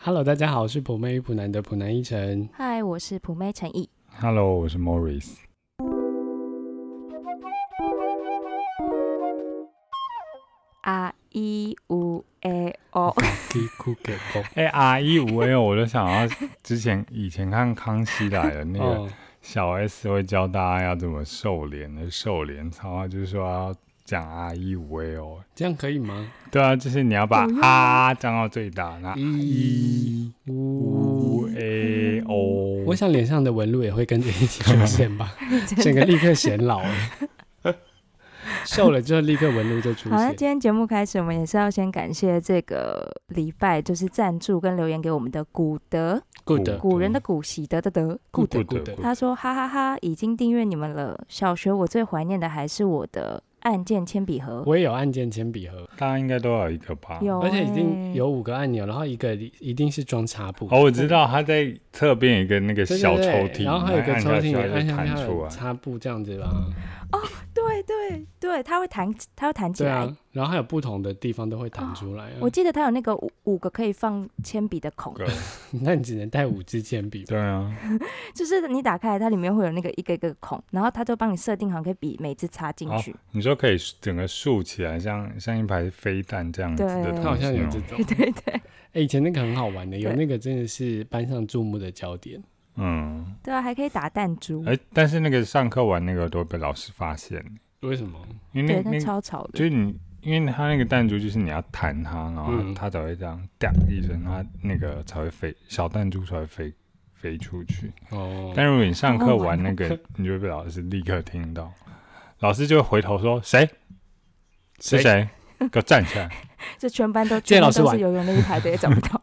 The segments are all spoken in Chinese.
Hello，大家好，我是普妹与普南的普南一晨。嗨，我是普妹陈毅。 Hello，我是 Morris。啊一五哎 哦 a o，给哭给哭。哎、r 一五 A，我就想要之前以前看《康熙来了》那个哦，小 S 会教大家要怎么瘦脸的瘦脸操啊，就是说要讲 R 一五 A 哦。这样可以吗？对啊，就是你要把哦有用啊降到最大，那一五哎哦 A O。哎我想脸上的纹路也会跟着一起出现吧，整个立刻显老哎。瘦了之后立刻纹路就出好，那现。今天节目开始，我们也是要先感谢这个礼拜就是赞助跟留言给我们的古德， Good，古人的古，喜德的德，古德。 Good， Good， Good 他说：“哈哈哈已经订阅你们了。小学我最怀念的还是我的按键铅笔盒，我也有按键铅笔盒，大家应该都有一个吧？有、欸而且已经。有五个按钮，然后一个一定是装插布。哦，我知道，它在侧边有一个那个对对小抽对屉，然后还有一你个按抽下去屉，它按就下去弹它出有来。插布这样子吧。对对对，它会弹，它会弹起对来。啊，然后还有不同的地方都会弹出来、啊。我记得它有那个五五个可以放铅笔的孔， 那你只能带五支铅笔吧。对啊，就是你打开来，它里面会有那个一个一个孔，然后它就帮你设定好，可以笔每次插进好去。你说可以整个竖起来，像像一排飞弹这样子的对东它 西好像有哦这 种，对对哎、以前那个很好玩的，有对那个真的是班上注目的焦点。嗯，对啊，还可以打弹珠，哎、但是那个上课玩那个都被老师发现，为什么？因为对，那那那个超吵就的。是你，因为他那个弹珠就是你要弹它，然后它,、嗯才会这样“哒”一声，它那个才会飞，小弹珠才会飞飞出去。哦，但如果你上好课哦好玩玩那个，你就会被老师立刻听到，老师就会回头说：“谁是谁？给我站起来 就全班都借全老班师都玩是游泳那一排的，也找不到。！”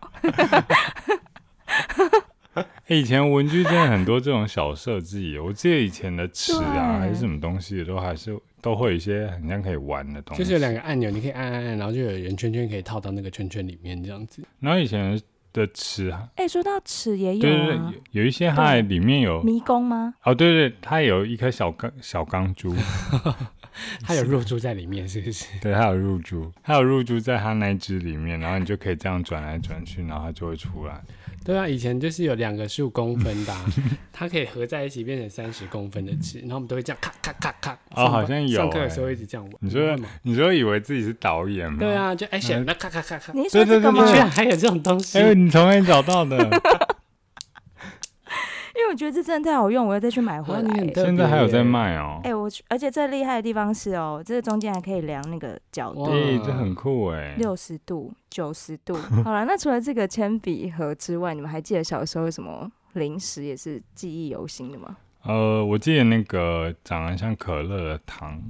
哎以前文具真的很多这种小设计耶，我记得以前的尺对啊还是什么东西的，都还是都会有一些很像可以玩的东西。就是有两个按钮，你可以按按按，然后就有圆圈圈可以套到那个圈圈里面，这 样子。然后以前的尺啊，哎、说到尺也有对对啊对，，有一些它还里面有迷宫吗？哦，对对，它有一颗小钢小钢珠，它有入珠在里面，是不是？ 对，它有入珠，它有入珠在它那一只里面，然后你就可以这样转来转去，然后它就会出来。对啊，以前就是有两个数公分的 啊、它可以合在一起变成三十公分的尺，然后我们都会这样咔咔咔咔。哦上班好像有上课的哎时候一直这样玩。你说为什么？你就以为自己是导演吗？对，啊，就 action，那咔咔咔咔。你是说这个对吗？你居然还有这种东西哎、？你从哪里找到的？因为我觉得这真的太好用，我要再去买回哇来、哎你很特现在还有别耶在卖哦哎、。我去而且最厉害的地方是哦，这个中间还可以量那个角哇度，哎、这很酷哎！六十度、九十度。好了，那除了这个铅笔盒之外，你们还记得小时候有什么零食也是记忆犹新的吗？呃，我记得那个长得像可乐的糖，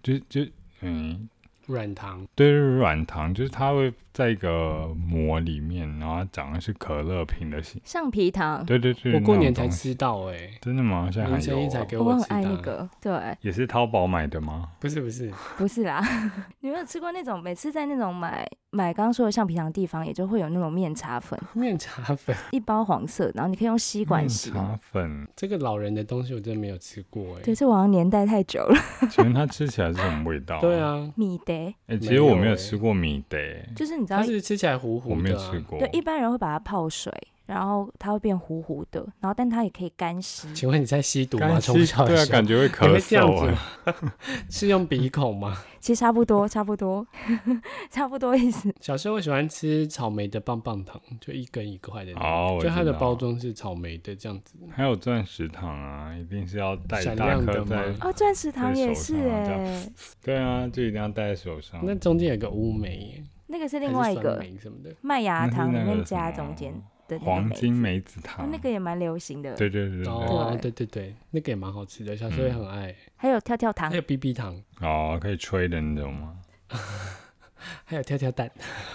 就就嗯，软糖，对，就是软糖，就是它会在一个膜里面，然后它长得是可乐瓶的形。橡皮糖，对对对，哦我过年那种才东西吃到哎，真的吗？现在还林晨一有才哦、给我我很吃爱那的啊。个，对，也是淘宝买的吗？不是不是， 不是啦， 你有没有吃过那种每次在那种买买刚刚说的橡皮糖的地方，也就会有那种面茶粉，面茶粉一包黄色，然后你可以用吸管面吸。嗯茶粉，这个老人的东西我真的没有吃过哎、对，这我好像年代太久了。请问它吃起来是什么味 道？对，啊，米德哎、其没实我没有有哎吃过米的、欸，就是你知道它，是吃起来糊糊的、啊，我没有吃过。对，一般人会把它泡水，然后它会变糊糊的，然后但它也可以干吸。请问你在吸毒吗？干从吸小 对的啊，时候感觉会你咳会哎这样 嗽、子欸吗。？ 是用鼻孔吗？ 其实差不多，差不多， 差不多意思。小时候我喜欢吃草莓的棒棒糖，就一根一块的那种，哦，我就它知的道包装是草莓的这样子。还有钻石糖啊，一定是要带闪大亮的颗在吗。哦，钻石糖在也手是上哎、这样对啊，就一定要戴在手上。那中间有个乌梅耶，那个是还是另外一酸个梅什么的，麦芽那是糖里那面个什加么中间的那个黄梅金子梅子哦糖，那个也蛮流行的。对对对对嗯对，哦，对对对，那个也蛮好吃的，小时候也很爱。还有跳跳糖还，有 BB 糖，哦，可以吹的那种吗？还有跳跳蛋。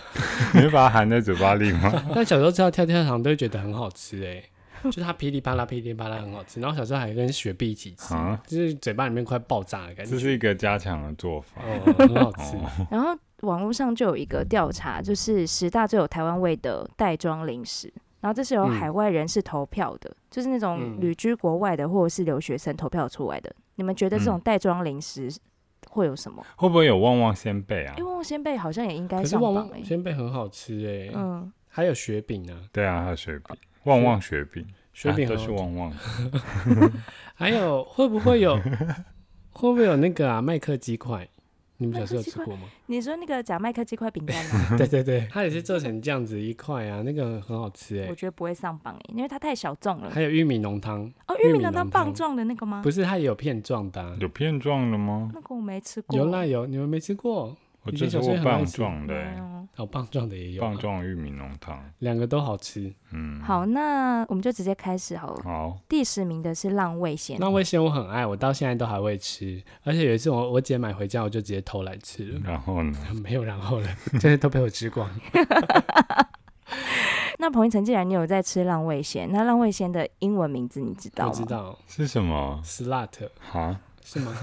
你会把它含在嘴巴里吗？ 但小时候吃到跳跳糖都会觉得很好吃哎、就是它噼里啪啦噼里啪啦很好吃。然后小时候还跟雪碧一起吃，啊，就是嘴巴里面快爆炸的感这觉，是一个加强的做法。哦，很好吃。 哦，然后网络上就有一个调查，就是十大最有台湾味的袋装零食。然后这是由嗯海外人士投票的，就是那嗯种旅居国外的或者是留学生投票出来的。你们觉得这种嗯袋装零食会有什么？会不会有旺旺仙贝啊因？为旺仙贝好像也应该可是上旺榜哎、旺仙贝很好吃哎、嗯，还有雪饼啊，对啊，还有雪饼，旺旺雪饼，雪饼啊好都是旺旺。还有会不 会有会不会有那个啊麦克鸡块？你们小时候有麦克鸡吃块过 吗？你说那个假麦克鸡块饼干吗？对对对，它也是做成这样子一块啊，那个很好吃哎、我觉得不会上榜哎，因为它太小众了。还有玉米浓汤，哦，玉玉米米浓浓汤棒汤状的那个吗？不是它也有片状的、啊，有片状的吗？那个我没吃过。嗯有啦有，你们没吃过？我以只前吃小过时候很爱棒吃状的、没欸，有。哦，棒状的也有啊，棒状玉米浓汤。两个都好吃。嗯，好，那我们就直接开始好了。好，第十名的是浪味仙，那味仙我很爱，我到现在都还会吃，而且有一次我我姐买回家，我就直接偷来吃嗯了，然后呢？ 没有然 后了，这些都被我吃光。那彭一成，既然你有在吃浪味仙，那浪味仙的英文名字你知道我吗？知，道是什么？ ，slut 哈，是吗？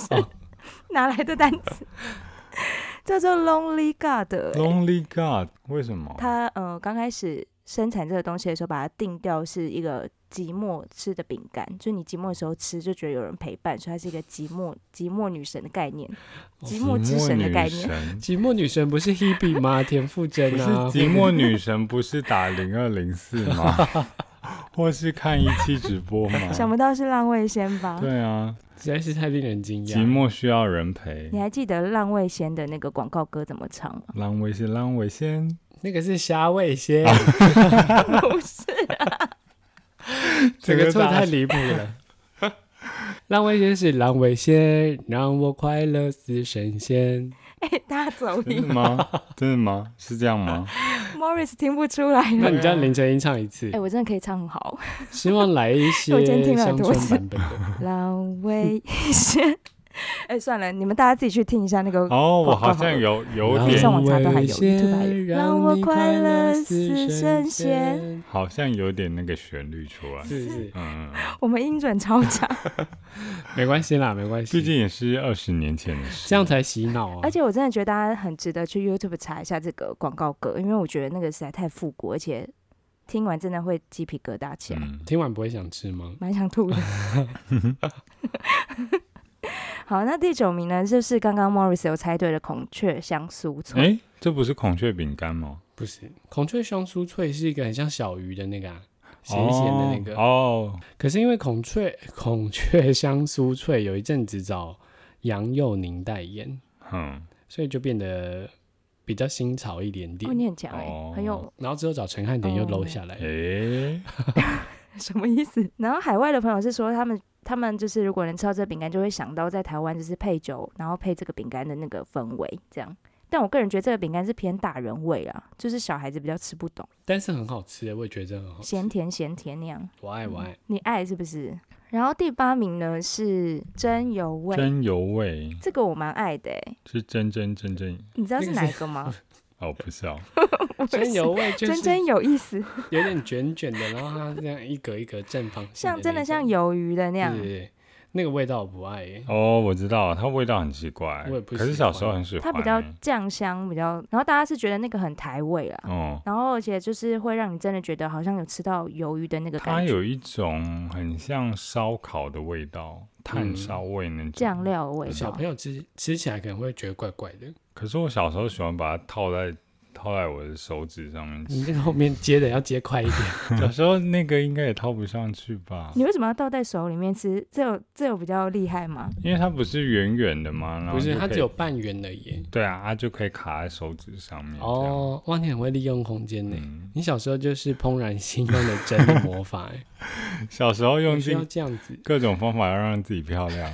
哪来的单词？ 叫做 Lonely God 欸、 Lonely God，为什么？它呃刚开始生产这个东西的时候，把它定调是一个寂寞吃的饼干，就你寂寞的时候吃，就觉得有人陪伴，所以它是一个寂寞寂寞女神的概念，寂寞之神的概念。念。哦寂寞女神不是 Hebe 吗？田馥不甄是啊，寂寞女神，不是打零二零四 吗？或是看一期直播 吗？想不到是浪味仙吧？对啊，实在是太令人惊寂讶。寞需要人陪 你。还记得浪味仙的那个广告歌怎么唱 吗？浪尾仙，浪尾仙，那个是虾味仙，哦不是， 啊这这个个错大太离谱 了。浪味仙是浪味仙，让我快乐似神仙。哎、大走真音的吗？ 真的吗？是这样吗？ ，Morris 听不出来那了。你叫林晨英唱一次啊哎、，我真的可以唱很 好。希望来一些 我今天听了乡很多村次版本的。浪味仙， 哎、算了，你们大家自己去听一下那个哦，我好像有有你上点，网查都还有 YouTube 还有让我快乐似神仙，好像有点那个旋律出来。是不是？嗯，我们音准超 强， 没关系啦，没关系，毕竟也是二十年前的事。这样才洗脑啊。而且我真的觉得大家很值得去 YouTube 查一下这个广告歌，因为我觉得那个实在太复古，而且听完真的会鸡皮疙瘩起来，嗯，听完不会想吃吗？蛮想 吐的。好，那第九名呢，就是刚刚 Morris 有猜对的孔雀香酥脆，哎，这不是孔雀饼干吗？不是，孔雀香酥脆是一个很像小鱼的那个啊，咸咸的那个。哦，哦可是因为孔雀孔雀香酥脆有一阵子找杨佑宁代言，嗯，所以就变得比较新潮一点点。哦，你哦很强哎、哦很有然后之后找陈汉典又搂下来了，哎， 什么意思？然后海外的朋友是说，他们他们就是如果能吃到这饼干，就会想到在台湾就是配酒，然后配这个饼干的那个氛围这样。但我个人觉得这个饼干是偏大人味啊，就是小孩子比较吃不懂，但是很好吃耶，我也觉得真的很好吃。咸甜咸甜那样。我爱我 爱，你爱是不是？然后第八名呢是真油味，真有味，这个我蛮爱的、欸，是真真真真你知道是那个哪是一 个吗？哦，不是哦，真有味，就真是真有 意思，有点卷卷的，然后它这样一格一格正方形，像真的像有鱿鱼的那那样样，。对那个味道我不爱耶。哦，我知道，它味道很奇怪，我也不可是喜欢小时候很喜欢欸，它比较酱香，比较，然后大家是觉得那个很台味啊。哦，然后而且就是会让你真的觉得好像有吃到鱿鱼的那个它感觉，有一种很像烧烤的味道，炭烧味那种酱。料的味啊小道朋。友吃吃起来可能会觉得怪怪的。可是我小时候喜欢把它套在套在我的手指上 面你吃，这个后面接的要接快一点，小时候那个应该也套不上去吧，你为什么要倒在手里面吃？这有这有比较厉害吗？因为它不是圆圆的嘛，然后不是就它可以只有半圆而已。对啊，它就可以卡在手指上面。哦，哇，你很会利用空间这呢。样，啊嗯，你小时候就是怦然心动的真的魔法欸，小时 候用你需要尽这样 子，各种方法要让自己漂 亮。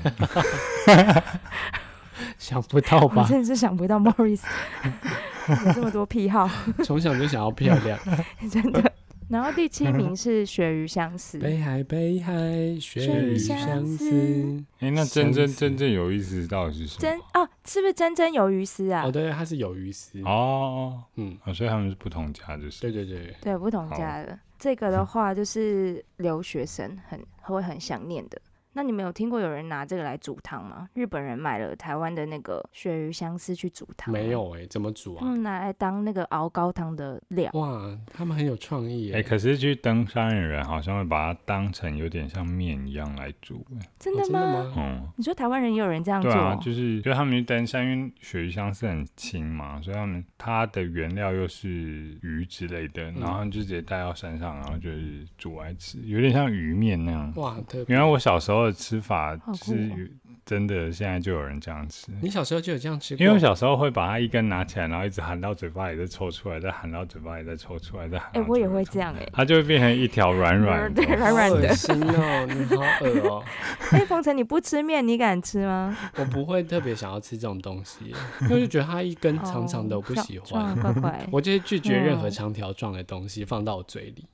想不到我吧？ 真的是想不到 Morris 有这么多癖好， 从小就想要漂亮。真的。然后第 七名是鳕鱼相思，北海，北海，雪雪与与相相思思。哎、那真真香丝真正有意思到底是什真么？哦，是不是真真鱿鱼丝啊？哦，对，它是有鱼丝。哦，嗯，哦所以他们是不同家，就是对对对，对，嗯不同家的这个的话，就是留学生很会很想念的。那你们有听过有人拿这个来煮汤吗？日本人买了台湾的那个鳕鱼香丝去煮汤，没，有哎、怎么煮他啊？们拿来当那个熬高汤的料。哦哇，他们很有创意哎、哎、可是去登山的人好像会把它当成有点像面一样来煮、欸。真哦的真吗？的吗？嗯，你说台湾人也有人这样对做？哦啊，就是就他们去登山，因为鳕鱼香是很轻嘛，所以他们它的原料又是鱼之类的，嗯然后他们就直接带到山上，然后就是煮来吃，有点像鱼面那样。哇，特别。原来我小时候的吃法好酷哦就是鱼真的，现在就有人这样吃。你小时候就有这样吃过？因为我小时候会把它一根拿起来，然后一直含到嘴巴里，再抽出来，再含到嘴巴里，再抽出来，再含。哎、我也会这，样哎、它就会变成一条软软的对。软软好的恶心哦，你好恶 哦！哎、冯晨，你不吃面，你敢吃吗？我不会特别想要吃这种东西，因为我就觉得它一根长长的，我哦不喜撞欢。，撞怪怪 我就是拒绝任何长条状的东西放到我嘴里。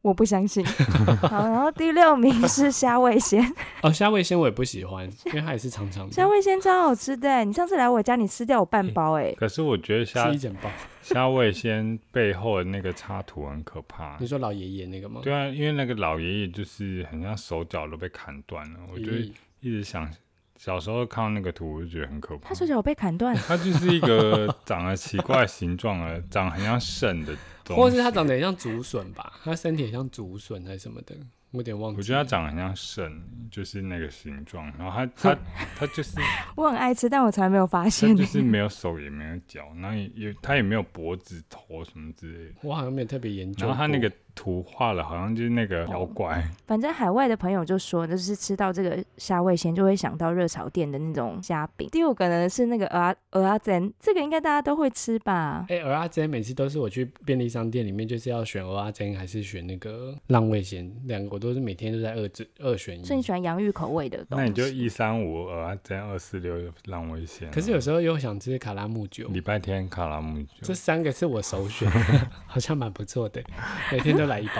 我不相 信。好，然后第六名是虾味嗯鲜，哦，虾味鲜我也不喜欢，因为它也是长长虾的，味鲜超好吃的欸、你上次来我家，你吃掉我嗯半包哎、可是我觉得虾啊吃一整包。虾味鲜背后的那个插图很可怕你。说老爷爷那个吗？对啊，因为那个老爷爷就是很像手脚都被砍断了，我就咦，一直想，小时候看到那个图我就觉得很可怕他。手脚有被砍断，它就是 一个长得奇怪形状的，长得很像肾的东西，或者是它长得很像竹笋吧，它身体很像竹笋还是什么的，我有点忘记了。我觉得它长得很像肾，就是那个形状。然 后它它它就是我很爱吃，但我从来没有发它现、就是没有手也没有脚，然后也也它也没有脖子头什么之类的。我好像没有特别研究然过。后它那个图画了，好像就是那个妖怪，反正海外的朋友就说，就是吃到这个虾味鲜，就会想到热炒店的那种虾饼。第五个呢是那个鹅鹅阿珍，这个应该大家都会吃吧？哎、鹅阿珍每次都是我去便利商店里面，就是要选鹅阿珍还是选那个浪味鲜，两个我都是每天都在二至二选一。所以你喜欢洋芋口味的东西？嗯那你就一三五二三二四六浪危险。可是有时候又想吃卡拉木酒，啊礼拜天卡拉姆酒这，三个是我首选， 好像蛮不错的，每天都来一包。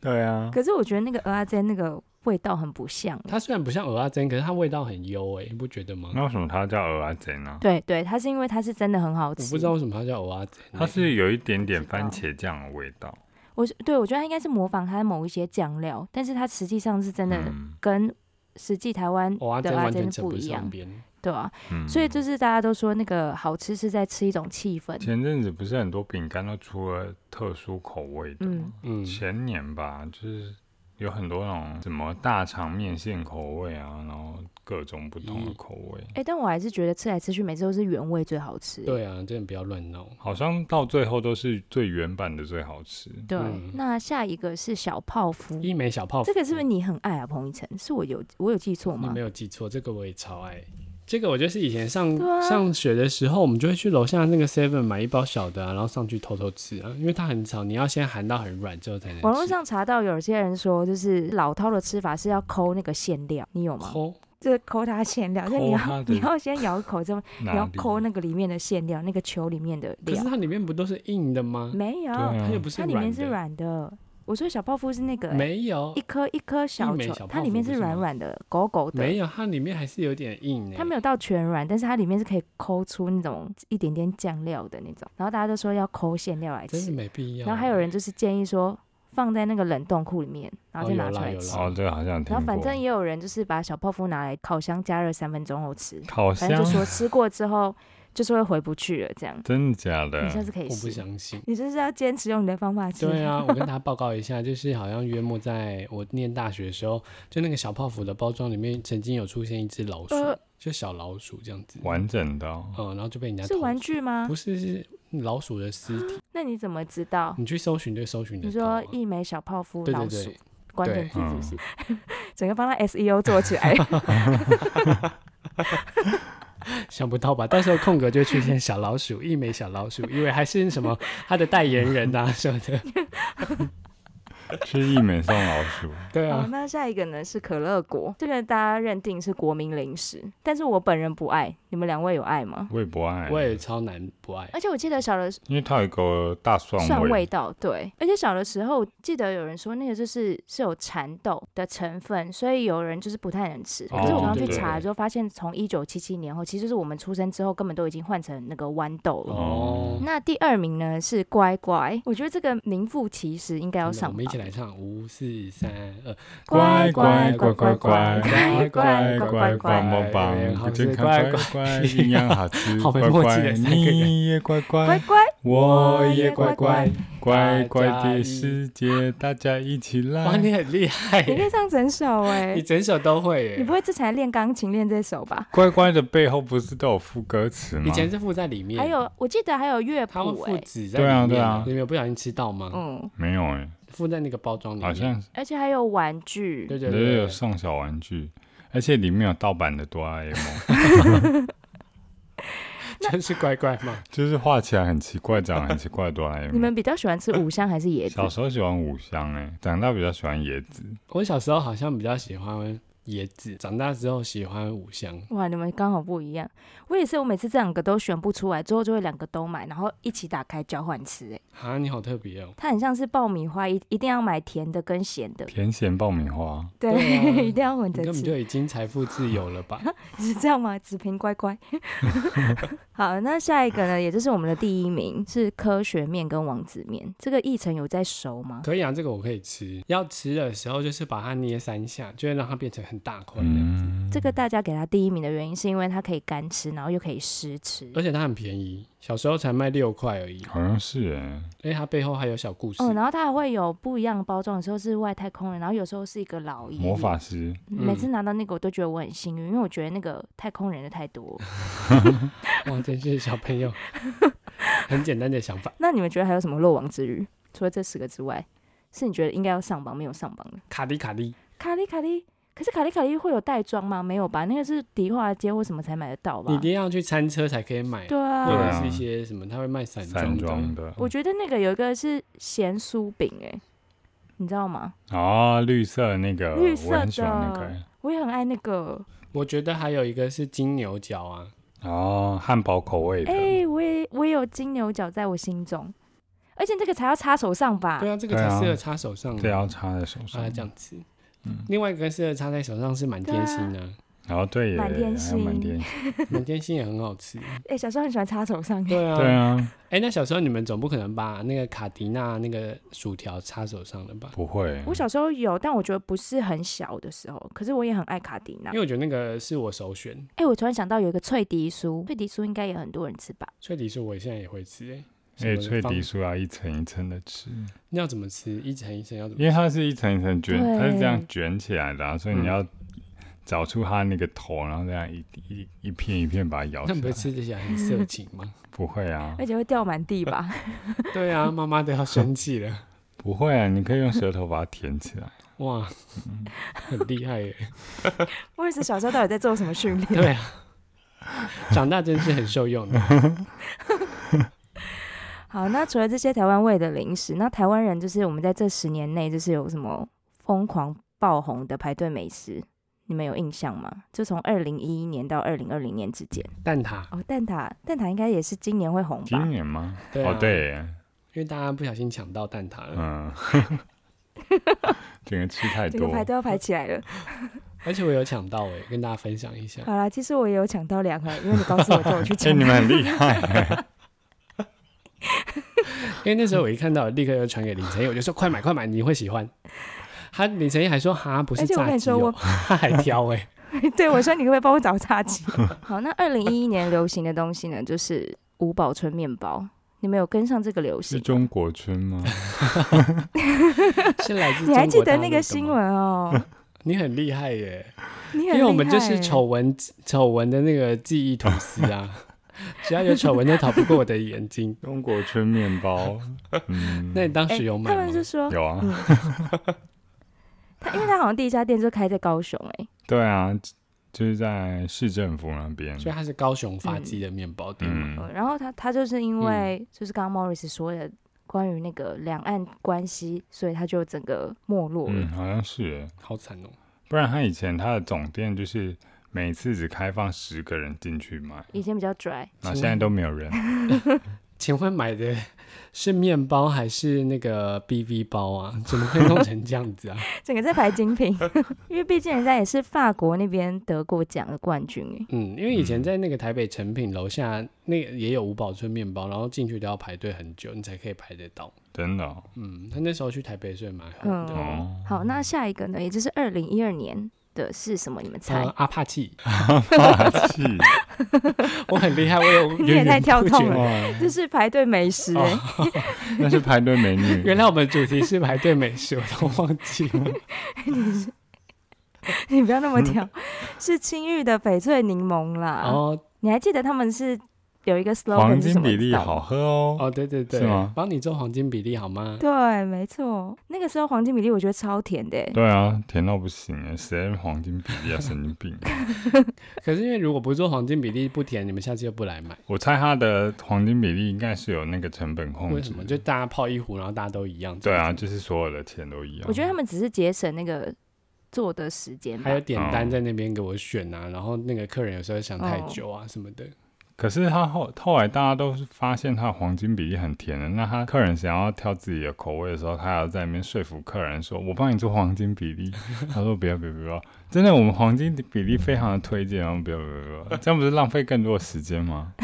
对啊， 可是我觉得那个鹅阿珍那个味道很不像。欸它虽然不像鹅阿珍，可是它味道很优哎、你不觉得吗？那为什么它叫阿贼呢？对对，它是因为它是真的很好我吃。不知道为什么它叫鹅阿珍欸、它是有一点点不知道番茄酱的味道，我是对我觉得它应该是模仿它某一些酱料，但是它实际上是真的嗯哦跟实际台湾鹅阿珍的阿完全珍扯不一上样，边。对啊。嗯所以就是大家都说那个好吃是在吃一种气氛。前阵子不是很多饼干都出了特殊口味的吗，嗯，前年吧，就是有很多那种什么大肠面线口味啊，然后各种不同的口味，哎、但我还是觉得吃来吃去，每次都是原味最好吃。欸对啊，真的不要乱闹。好像到最后都是最原版的最好吃。对嗯那下一个是小泡芙，一枚小泡芙，这个是不是你很爱啊？彭一晨，是我有我有记错你吗没？有记错，这个我也超爱。这个我就是以前上、对啊上学的时候，我们就会去楼下那个 Seven 买一包小的、啊，然后上去偷偷吃啊，因为它很吵，你要先含到很软之后才能吃。网络上查到有些人说，就是老饕的吃法是要抠那个馅料，你有吗？抠就是抠它馅料，就抠你它要的你要先咬一口，这么你哪要里抠那个里面的馅料，那个球里面的可料是它里面不都是硬的吗？没有，对啊它又不是它里软面是的，软的。我说小泡芙是那个、欸没有一颗一颗一小枚球，小泡它芙里面不是吗软软的、狗狗的，没有，它里面还是有点硬欸它没有到全软，但是它里面是可以抠出那种一点点酱料的那种。然后大家都说要抠馅料来真的吃，没必要。欸然后还有人就是建议说放在那个冷冻库里面，然后再拿出来有吃。啦哦，这个好像有然听过。后反正也有人就是把小泡芙拿来烤箱加热三分钟后吃，烤反箱正就说吃过之后就是会回不去了这样。真的假你下的？次可以啊我不试，相信。你就是要坚持用你的方法吃。对啊，我跟大家报告一下，就是好像约莫在我念大学的时候，就那个小泡芙的包装里面曾经有出现一只老鼠，呃就小老鼠这样子。完整的哦、嗯，然后就被人家是投玩诉具吗不？是是老鼠的尸体，那你怎么知道？你去搜寻就搜寻哦你得到啊。说一枚小泡芙对老对鼠对，关键对嗯字是不是？ 整个帮他 SEO E 做起来。想不到吧？到时候空格就出现小老鼠，一 枚小老鼠，以为还是什 么他的代言人啊什么的。吃一美送老 鼠，对好，啊，那下一个呢是可乐果，这个大家认定是国民零食，但是我本人不爱，你们两位有爱吗？我也不哦爱，我也超难不爱。而且我记得小的因为它有一个大蒜蒜味，味道，对，而且小的时候记得有人说那个就是是有蚕豆的成分，所以有人就是不太能吃。哦可是我刚刚去对对查对之后发现，从一九七七年后，其实就是我们出生之后根本都已经换成那个豌豆了。哦哦，那第二名呢是乖乖，我觉得这个名副其实，应该要真的上我榜们以。起来唱五四三二，乖乖乖乖乖乖乖乖棒乖，棒哎棒，不健康乖 乖，营养好吃，好没乖默契乖，的三个人你也乖乖乖，乖，我也乖乖，乖乖大家一的世界，大家一起哇，你来，很厉害 你可以耶，唱 整首哎、你整首都会你耶不。会之前还练钢琴练这首吧？乖乖的背后不是都有副歌词以吗？前是附在里面，还有，我记得还有乐它会谱哎、附纸在里对啊面，对啊你们有不小心吃到吗？嗯，没有哎，附在那个包装里面，好像而且还有玩具，嗯对对都有对，上小玩具，而且里面有盗版的哆啦 A 梦，真是乖乖嘛。就是画起来很奇怪，长得很奇怪的哆啦 A 你梦。们比较喜欢吃五香还是椰子小？时候喜欢五香哎，长大比较喜欢椰子。我小时候好像比较喜欢椰子，长大之后喜欢五香。哇，你们刚好不一样。我也是，我每次这两个都选不出来，最后就会两个都买，然后一起打开交换吃、哎，啊，你好特别哦！它很像是爆米花，一一定要买甜的跟咸的，甜咸爆米花，对，对啊 一定要混你着根本吃，就已经财富自由了 吧？是这样吗？只凭 乖乖。好，那下一个呢，也就是我们的第一名是科学面跟王子面，这个议程有在熟吗？可以啊，这个我可以吃。要吃的时候就是把它捏三下，就会让它变成很大块的，嗯，这个大家给它第一名的原因是因为它可以干吃，然后又可以湿吃。而且它很便宜，小时候才卖六块而已。好像是哎，嗯因为它背后还有小故事。哦，然后它还会有不一样的包装，有时候是外太空人，然后有时候是一个老爷爷。魔法师，每嗯次拿到那个，我都觉得我很幸运，因为我觉得那个太空人的太多。哇，真是小朋 友，很简单的想法。那你们觉得还有什么漏网之鱼？除了这十个之外，是你觉得应该要上榜没有上榜的？卡迪卡迪，卡里卡里，可是卡里卡里会有袋装吗？没有吧？那个是迪化街或什么才买得到吧你一？定要去餐车才可以买，对或啊者对，是一些什么，他会卖散散装装的。的我觉得那个有一个是咸酥饼，哎，你知道吗？啊，绿色的那个，绿色的我很喜欢那个欸我也很爱那个，我觉得还有一个是金牛角啊，哦，汉堡口味的，哎、我也我也有金牛角在我心中，而且这个才要插手上吧？对啊，这个对才啊适合插手上啊，这要插在手上啊，这样子嗯。另外一个适合插在手上是满天星啊，然后对耶，还满天有满星天星， 满天星也很好 吃。哎、小时候很喜欢插手上，对对啊，啊，哎，那小时候你们总不可能把那个卡迪娜那个薯条插手上了吧？不会，我小时候有，但我觉得不是很小的时候，可是我也很爱卡迪娜因。为我觉得那个是我首选，哎、我突然想到有一个脆迪酥，脆迪酥应该也很多人吃吧？脆皮酥我现在也会吃哎。哎，脆皮皮，酥要一层一层的吃，那要怎么吃？一层一层要怎么因为它是一层一层卷，对它是这样卷起来的啊，所以嗯你要找出它那个头，然后这样一一一片一片把它咬那你不起会来，吃起来很色情 吗？不会啊而，且会掉满地吧？ 对啊，妈妈都要生气了，不会啊，你可以用舌头把它舔起来，哇，嗯 很厉害欸耶！我也是小时候到底在做什么训练？ 对啊，长大真是很受用的。好，那除了这些台湾味的零食，那台湾人就是我们在这十年内就是有什么疯狂爆红的排队美食，你们有印象吗？就从二零一一年到二零二零年之间。蛋挞，哦，蛋挞，蛋挞应该也是今年会红吧今？年吗？对啊哦，对耶，因为大家不小心抢到蛋挞了，嗯， 整个吃太这个多，哎排都要排起来了。而且我有抢到哎，跟大家分享一下。好啦，其实我也有抢到两盒，因为你告诉我叫我去 哎，抢。你们很厉害，因为那时候我一看到，立刻就传给凌晨一，我就说快买快买，你会喜欢。他凌晨一还说哈不是而且我跟炸你鸡哦，说哎我他还挑哎， 对我说你可不可以帮我找炸鸡？ 好，那二零一一年流行的东西呢，就是五宝春面包。你们有跟上这个流是行？中国村 吗？是来自你还中记国大得陆那的个新吗？闻哦？ 你很厉害耶，你因很为我们就厉是害欸丑闻丑闻的那个记忆吐司啊， 只要有丑闻都逃不过我的眼睛。中国村面 包，嗯，那你当哎时有买他吗们？就说，有啊，嗯，他因为他好像第一家店就开在高雄、哎，对啊，就是在市政府那边，啊所以它是高雄发迹的面包店嘛。呃嗯，然后他他就是因嗯为、就是刚刚 Morris 说的关于那个两岸关系，所以他就整个没落了。嗯，好像是耶，好惨哦、不然他以前他的总店就是每次只开放十个人进去买，以前比较 dry， 然后现在都没有人，请问买的是面包还是那个 BV 包啊？怎么会弄成这样子啊？整个在排精 品，因为毕竟人家也是法国那边得过奖的冠军哎。嗯，因为以前在那个台北成品楼下，那个也有五宝村面包，然后进去都要排队很久，你才可以排得到。真的哦，嗯，他那时候去台北所以蛮红的。嗯哦好，那下一个呢，也就是二零一二年的是什么？你们猜？呃阿帕契，霸啊气 我很厉害，我有你也太跳痛了了。哇！就是排队美食哦哎、那是排队美女，原来我们主题是排队美食，我都忘记 了。 你不要那么挑，嗯是青玉的翡翠柠檬啦。哦你还记得他们是有一个 slogan 黄是什金么？比你例知道吗好喝哦。哦，对对对，是吗帮你做黄金比例好吗？对，没错，那个时候黄金比例我觉得超甜的欸，对啊，甜到不行哎，谁在黄金比例啊？神经 病！可是因为如果不做黄金比例不甜，你们下次就不来买。我猜它的黄金比例应该是有那个成本控为制什么？。就大家泡一壶，然后大家都一样。对啊，这样子，就是所有的钱都一样。我觉得他们只是节省那个做的时间吧嗯还有。点单在那边给我选啊，然后那个客人有时候想哦太久啊什么的。可是他后后来大家都是发现他的黄金比例很甜的，那他客人想要挑自己的口味的时候，他还要在那边说服客人说：“我帮你做黄金 比例。”他说：“不要不要不要，真的我们黄金比例非常的推荐哦，不要不要不要，这样不是浪费更多的时 间吗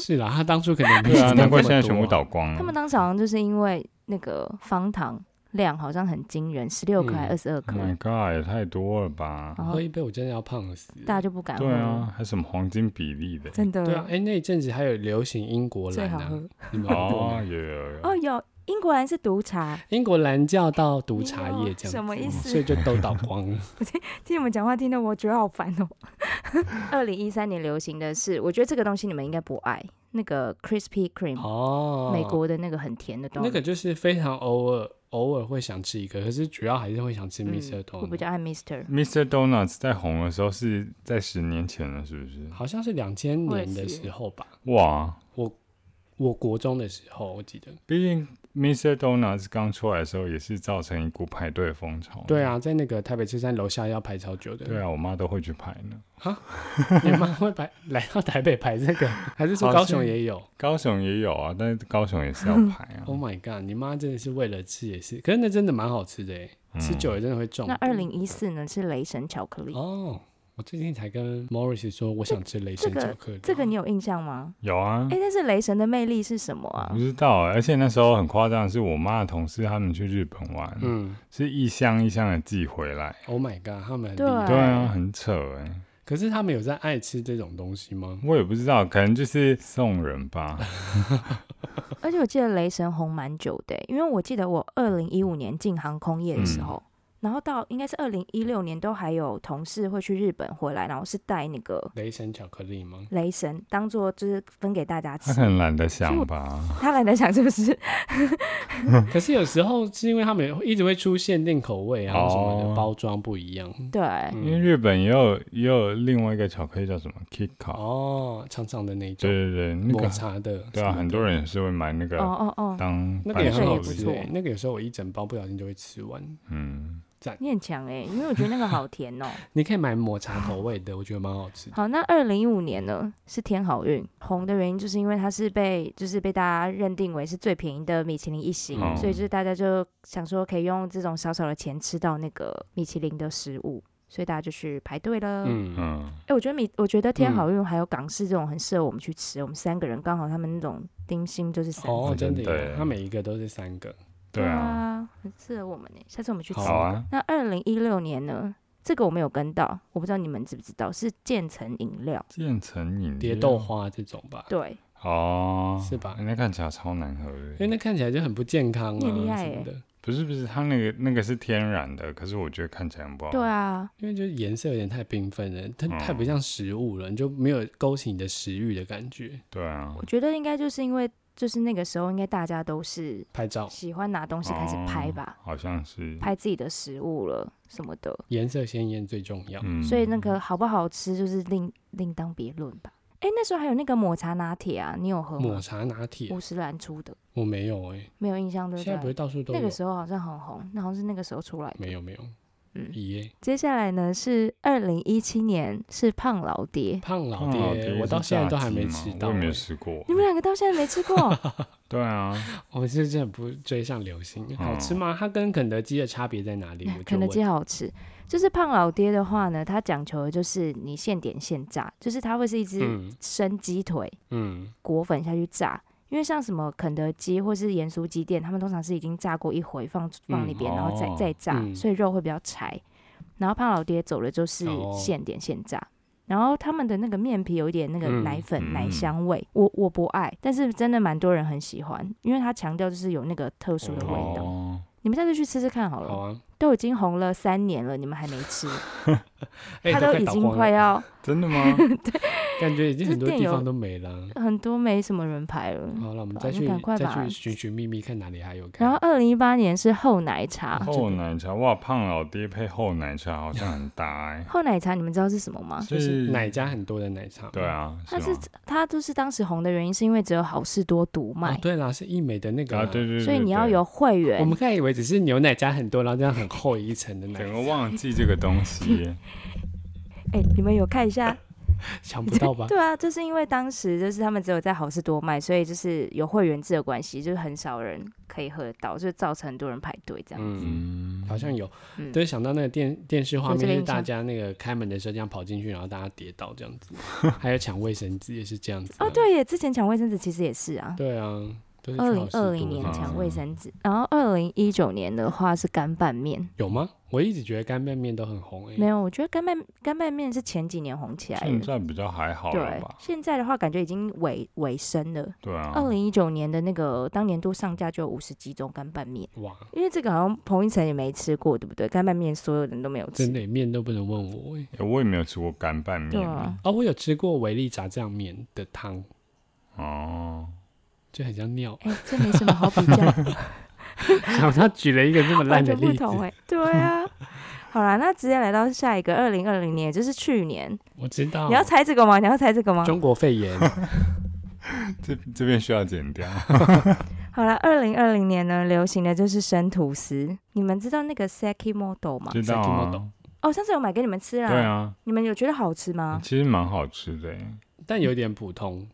是啦，他当初可能？”没对啊，想到难怪这么现在多全部啊倒光他们了。当时好像就是因为那个方糖量好像很惊人，十六颗还嗯二十二颗 Oh，my god，也太多了吧？然后喝一杯我真的要胖死。大家就不敢喝对了，啊，还什么黄金比例的？真的对啊，哎、那一阵子还有流行英国最蓝好啊，喝你们有喝哦吗，有有有。哦。有英国蓝是毒茶，英国蓝叫到毒茶叶这样子，啊什么意思所以就都倒 光了。听你们讲话听得我觉得好烦哦。 二零一三年流行的是，我觉得这个东西你们应该不爱，那个 Krispy Kreme，、哦，美国的那个很甜的东西。那个就是非常偶尔偶尔会想吃一个，可是主要还是会想吃嗯 Mr. 我比 Donut，、较爱 Mister。 Mr. Donuts 在红的时候是在十年前了，是不是？好像是两千我也年的是时候吧，哇，我国中的时候我记得。毕竟 Mr. Donuts 刚出来的时候也是造成一股排队风潮。对，啊，在那个台北车站楼下要排超久的。对啊，我妈都会去排呢。 你妈会排来到台北排这个，还是说好像高雄也有高雄也有啊，但是高雄也是要排啊。 ？Oh my god！你妈真的是为了吃也是，可是那真的蛮好吃的哎，嗯吃久了真的会中毒。那二零一四呢是雷神巧克力，哦，我最近才跟 Morris 说我想吃雷神这个巧克力。这个你有印象吗？有啊嗯哎、，但是雷神的魅力是什么啊不？知道、欸，而且那时候很夸张，的是我妈的同事他们去日本玩，嗯是一箱一箱的寄回来。 ，Oh my god！他们很厉对害。对啊，很扯哎、可是他们有在爱吃这种东西吗？我也不知道，可能就是送人吧。而且我记得雷神红蛮久的、欸因为我记得我二零一五年进航空业的时候，然后到应该是二零一六年都还有同事会去日本回来，然后是带那个雷神巧克力吗？雷神当做就是分给大家吃他。 可能懒得想吧。他懒得想是不是？可是有时候是因为他们一直会出限定口味啊哦什么的，包装不一样。对，嗯因为日本也有也有另外一个巧克力叫什么 Kiko，、哦，长长的那对种对对，那抹个茶的，对啊，很多人也是会买那个哦哦哦，当那个伴也那很个手好也不吃礼。错欸，那个有时候我一整包不小心就会吃完。嗯，你很强哎、因为我觉得那个好甜哦、你可以买抹茶口味的，我觉得蛮好吃的。好，那二零一五年呢是天好运红的原因，就是因为它是被就是被大家认定为是最便宜的米其林一星，嗯所以就是大家就想说可以用这种少少的钱吃到那个米其林的食物，所以大家就去排队了。哎、嗯，嗯，我觉得米，我觉得天嗯好运还有港式这种很适合我们去吃，我们三个人刚好他们那种丁星就是三哦，真的真的耶，它每一个都是三个。对啊，啊，很适合我们呢、下次我们去吃。好啊，那二零一六年呢？这个我没有跟到，我不知道你们知不知道，是渐层饮料。建成饮料蝶豆花这种吧，对，哦，是吧人家看起来超难喝的，因为那看起来就很不健康啊你很厉害什么耶的，不是不是，它那个那个是天然的，可是我觉得看起来很不好。对，啊，因为就是颜色有点太缤纷了，它嗯太不像食物了，你就没有勾起你的食欲的感觉。对啊我，觉得应该就是因为就是那个时候，应该大家都是拍照喜欢拿东西开始拍哦吧，好像是，拍自己的食物了什么的，颜色鲜艳最重要。嗯，所以那个好不好吃就是另另当别论吧。哎、那时候还有那个抹茶拿铁啊，你有喝抹吗？茶拿铁乌斯兰出的，我没有哎、没有印象对现在不不是对？到处都那有个？时候好像很红，那好像是那个时候出来的。没有没有，嗯，耶，接下来呢是二零一七年是胖老爹，胖老胖老爹，爹我到是现在都炸还没鸡吃吗到我也欸、没有吃过你。们两个到现在没吃 过，对啊，我哦是真的不追上流行，好吃吗？它跟肯德基的差别在哪里？我就肯德问。基好吃。就是胖老爹的话呢，它讲求的就是你现点现炸，就是它会是一只嗯生鸡腿，嗯裹粉下去炸。因为像什么肯德基或是盐酥鸡店，他们通常是已经炸过一回，放放那边，然后再哦再炸，嗯所以肉会比较柴。然后胖老爹走的就是哦现点现炸。然后他们的那个面皮有一点那个嗯奶粉、嗯奶香味，我我不爱，但是真的蛮多人很喜欢，因为它强调就是有那个特殊的味道。哦，你们下次去吃吃看好了，好啊，都已经红了三年了，你们还没吃，哎它都都快已倒经光快了，要真的吗？感觉已经这很多店地有方都没了。很多没什么人排了。好了，我们好再那去赶快再吧去寻寻觅觅，看哪里还有看。然后二零一八年是厚奶茶，厚奶茶哇，胖老爹配厚奶茶好像很搭 哎、厚奶茶你们知道是什么吗？就是奶家很多的奶茶嘛，嗯对啊，它是是吗它就是当时红的原因，是因为只有好事多独卖，哦，对啦，是益美的那个啊，啦对对对所以你要对有会我员们。刚才以为只是牛奶加很多，然后这样很厚一层的奶整，个忘记这个东西 耶，哎、你们有看一下？想不到吧？ 对啊，就是因为当时就是他们只有在好事多卖，所以就是有会员制的关系，就是很少人可以喝得到，就造成很多人排队这样。嗯，嗯，好像有，嗯对，想到那个电电视画有这面，就个是印大象家那个开门的时候这样跑进去，然后大家跌倒这样 子，还有抢卫生纸也是这样子。哦，，对耶，之前抢卫生纸其实也是啊，对啊，都是去二好零事二零多年的抢嗯卫生纸，然后二零一九年的话是干拌面，有吗？我一直觉得干拌面都很红哎诶、没有，我觉得干拌干拌面是前几年红起来现的。在比较还好了对吧，？现在的话感觉已经尾尾声了。对啊，二零一九年的那个当年度上架就有五十几种干拌面，哇，因为这个好像彭一成也没吃过，对不对？干拌面所有人都没有吃真，的面都不能问我诶、哎诶我也没有吃过干拌面对耶啊，哦，我有吃过维力炸酱面的汤，啊哦，就很像 尿。哎、这没什么好比较，想不到举了一个这么烂完的全不例子，同哎、对啊，好啦，那直接来到下一个二零二零年，就是去年，我知道你。要猜这个吗？你要猜这个吗？中国肺 炎，这这边需要剪掉，好了，二零二零年呢，流行的就是生吐司。你们知道那个 Saki Model 吗？知道这啊，哦，上次有买给你们吃啦。对啊，你们有觉得好吃吗？其实蛮好吃的啊耶，但有点普通，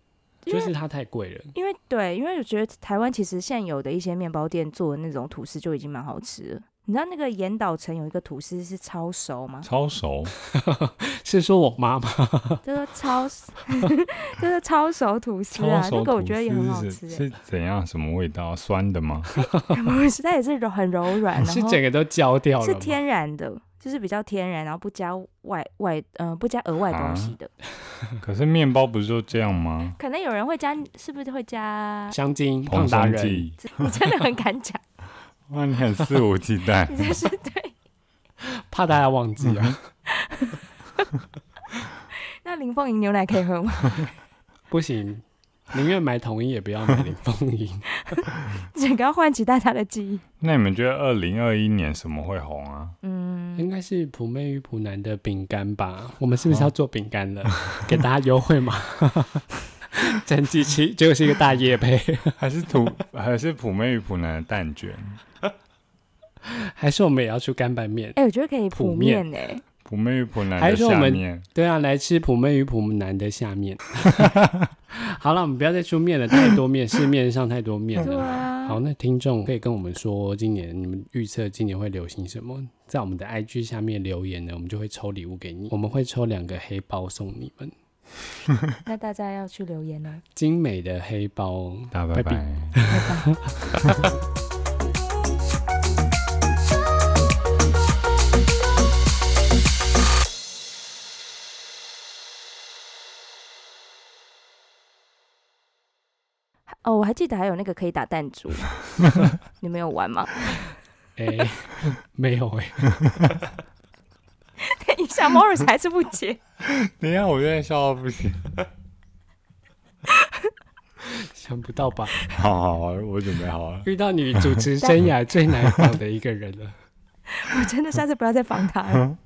因就为是它太贵了。因为对，因为我觉得台湾其实现有的一些面包店做的那种吐司就已经蛮好吃了。你知道那个岩岛城有一个吐司是超熟吗？超熟，是说我妈妈叫做超， 就是超熟吐司超啊，熟那个我吐觉得也司很是好什吃欸、是怎样什么味道？酸的吗？ 不是，它也是柔很柔软，哎哦然后是整个都焦掉是了吗，天然的，就是比较天然，然后不加外外呃不加额外东啊西的。可是面包不是就这样吗？可能有人会加，是不是会加？ 香精胖蓬达松人，剂，你真的很敢讲， ，哇，你很肆无忌惮你就是对。怕大家忘记啊，那林凤营牛奶可以喝吗？ 不行，宁愿买统一也不要买林凤 营。整个要唤起大家的记忆。那你们觉得二零二一年什么会红 啊？嗯，应该是普妹与普男的饼干吧？我们是不是要做饼干了？给大家优惠 嘛？整机器就是一个大夜配， 还是土 还是普妹与普男的蛋卷？还是我们也要出干拌面？哎、我觉得可以普普面面哎、普妹与普男还的是我下们面，对啊，来吃普妹与普男的下面。 好了，我们不要再出面了，太多面，市面上太多面对了。啊好，，那听众可以跟我们说，今年你们预测今年会流行什么？在我们的 IG 下面留言呢，我们就会抽礼物给你，我们会抽两个黑包送你们，那大家要去留言哦。精美的黑包哦。大拜拜拜拜。哦，我还记得还有那个可以打弹 珠，你们有玩吗？哎、没有哎、 等一下，Morris 还是不 接。 等一下，我现在笑到不行。想不到吧？ 好好，好我准备好了。遇到你主持生涯最难搞的一个人了。我真的下次不要再访他了。